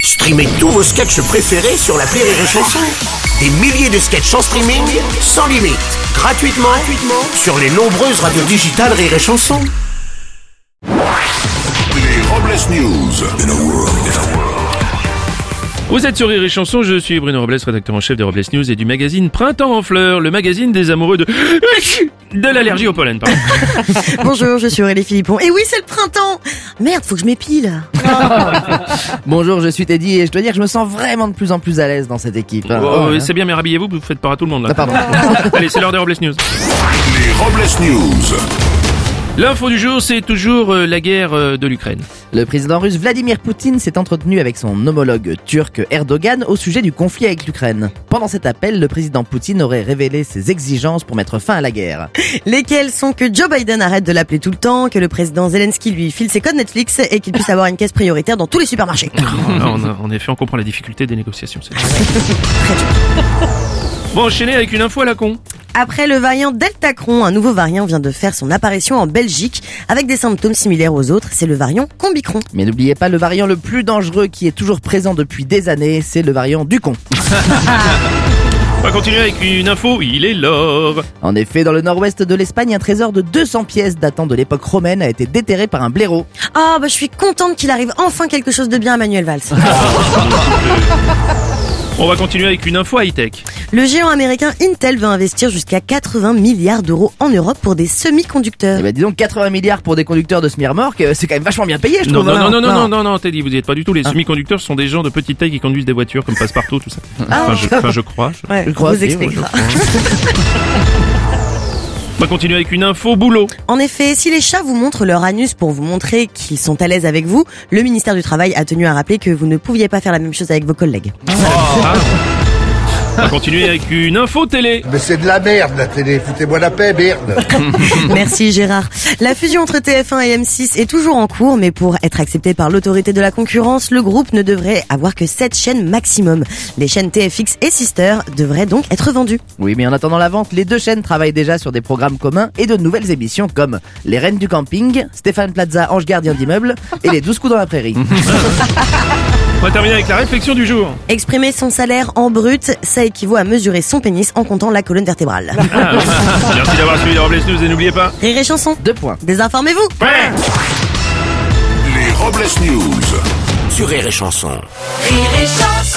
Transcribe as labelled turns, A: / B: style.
A: Streamez tous vos sketchs préférés sur la Rire et Chanson. Des milliers de sketchs en streaming, sans limite, gratuitement, gratuitement sur les nombreuses radios digitales Rire et Chanson.
B: Les Robles News. In a world, in a world.
C: Vous êtes sur Rire et Chanson, je suis Bruno Robles, rédacteur en chef des Robles News et du magazine Printemps en fleurs, le magazine des amoureux de... de l'allergie au pollen, pardon.
D: Bonjour, je suis Aurélie Philippon. Et oui, c'est le printemps Merde, faut que je m'épile
E: Bonjour, je suis Teddy et je dois dire que je me sens vraiment de plus en plus à l'aise dans cette équipe.
C: Oh,
E: Voilà.
C: C'est bien, mais rhabillez-vous, vous faites part à tout le monde, là.
E: Ah, pardon.
C: Allez, c'est l'heure des Robles News.
B: Les Robles News.
C: L'info du jour, c'est toujours euh, la guerre euh, de l'Ukraine.
E: Le président russe Vladimir Poutine s'est entretenu avec son homologue turc Erdogan au sujet du conflit avec l'Ukraine. Pendant cet appel, le président Poutine aurait révélé ses exigences pour mettre fin à la guerre.
D: Lesquels sont que Joe Biden arrête de l'appeler tout le temps, que le président Zelensky lui file ses codes Netflix et qu'il puisse avoir une caisse prioritaire dans tous les supermarchés.
E: Ah,
C: Là, on a- en effet, on comprend la difficulté des négociations. c'est vrai. Bon, enchaîner avec une info à la con.
D: Après le variant Deltacron, un nouveau variant vient de faire son apparition en Belgique avec des symptômes similaires aux autres. C'est le variant Combicron.
E: Mais n'oubliez pas le variant le plus dangereux qui est toujours présent depuis des années, c'est le variant du con.
C: On va continuer avec une info, il est l'or.
E: En effet, dans le nord-ouest de l'Espagne, un trésor de 200 pièces datant de l'époque romaine a été déterré par un blaireau.
D: Ah bah je suis contente qu'il arrive enfin quelque chose de bien à Manuel Valls.
C: On va continuer avec une info high-tech.
D: Le géant américain Intel veut investir jusqu'à 80 milliards d'euros en Europe pour des semi-conducteurs.
E: Eh ben dis donc, 80 milliards pour des conducteurs de semi-remorques, euh, c'est quand même vachement bien payé, je
C: Non,
E: trouve.
C: non,
E: hein.
C: non, non, non, Ah. non, non, non, Teddy, vous n'y êtes pas du tout. Les semi-conducteurs sont des gens de petite taille qui conduisent des voitures comme passe-partout, tout ça. Enfin, je, enfin, je crois. je-
D: Ouais,
E: Je crois
D: on vous
E: aussi,
D: expliquera.
C: On va continuer avec une info boulot.
D: En effet, si les chats vous montrent leur anus pour vous montrer qu'ils sont à l'aise avec vous, le ministère du Travail a tenu à rappeler que vous ne pouviez pas faire la même chose avec vos collègues.
C: Ah. On va continuer avec une info télé.
F: Mais c'est de la merde la télé, foutez-moi la paix, merde
D: Merci Gérard. La fusion entre TF1 et M6 est toujours en cours, mais pour être acceptée par l'autorité de la concurrence, le groupe ne devrait avoir que 7 chaînes maximum. Les chaînes TFX et Sister devraient donc être vendues.
E: Oui, mais en attendant la vente, les deux chaînes travaillent déjà sur des programmes communs et de nouvelles émissions comme Les Reines du Camping, Stéphane Plaza, Ange Gardien d'immeuble et Les 12 coups dans la prairie.
D: Mhm.
C: On va terminer avec la réflexion du jour.
D: Exprimer son salaire en brut, ça équivaut à mesurer son pénis en comptant la colonne vertébrale.
C: Ah, merci d'avoir suivi les Robles News et n'oubliez pas.
D: Rire et chanson.
E: Deux points.
D: Désinformez-vous
B: Les Robles News.
A: Sur Rire et Chanson.
G: Rire et chanson.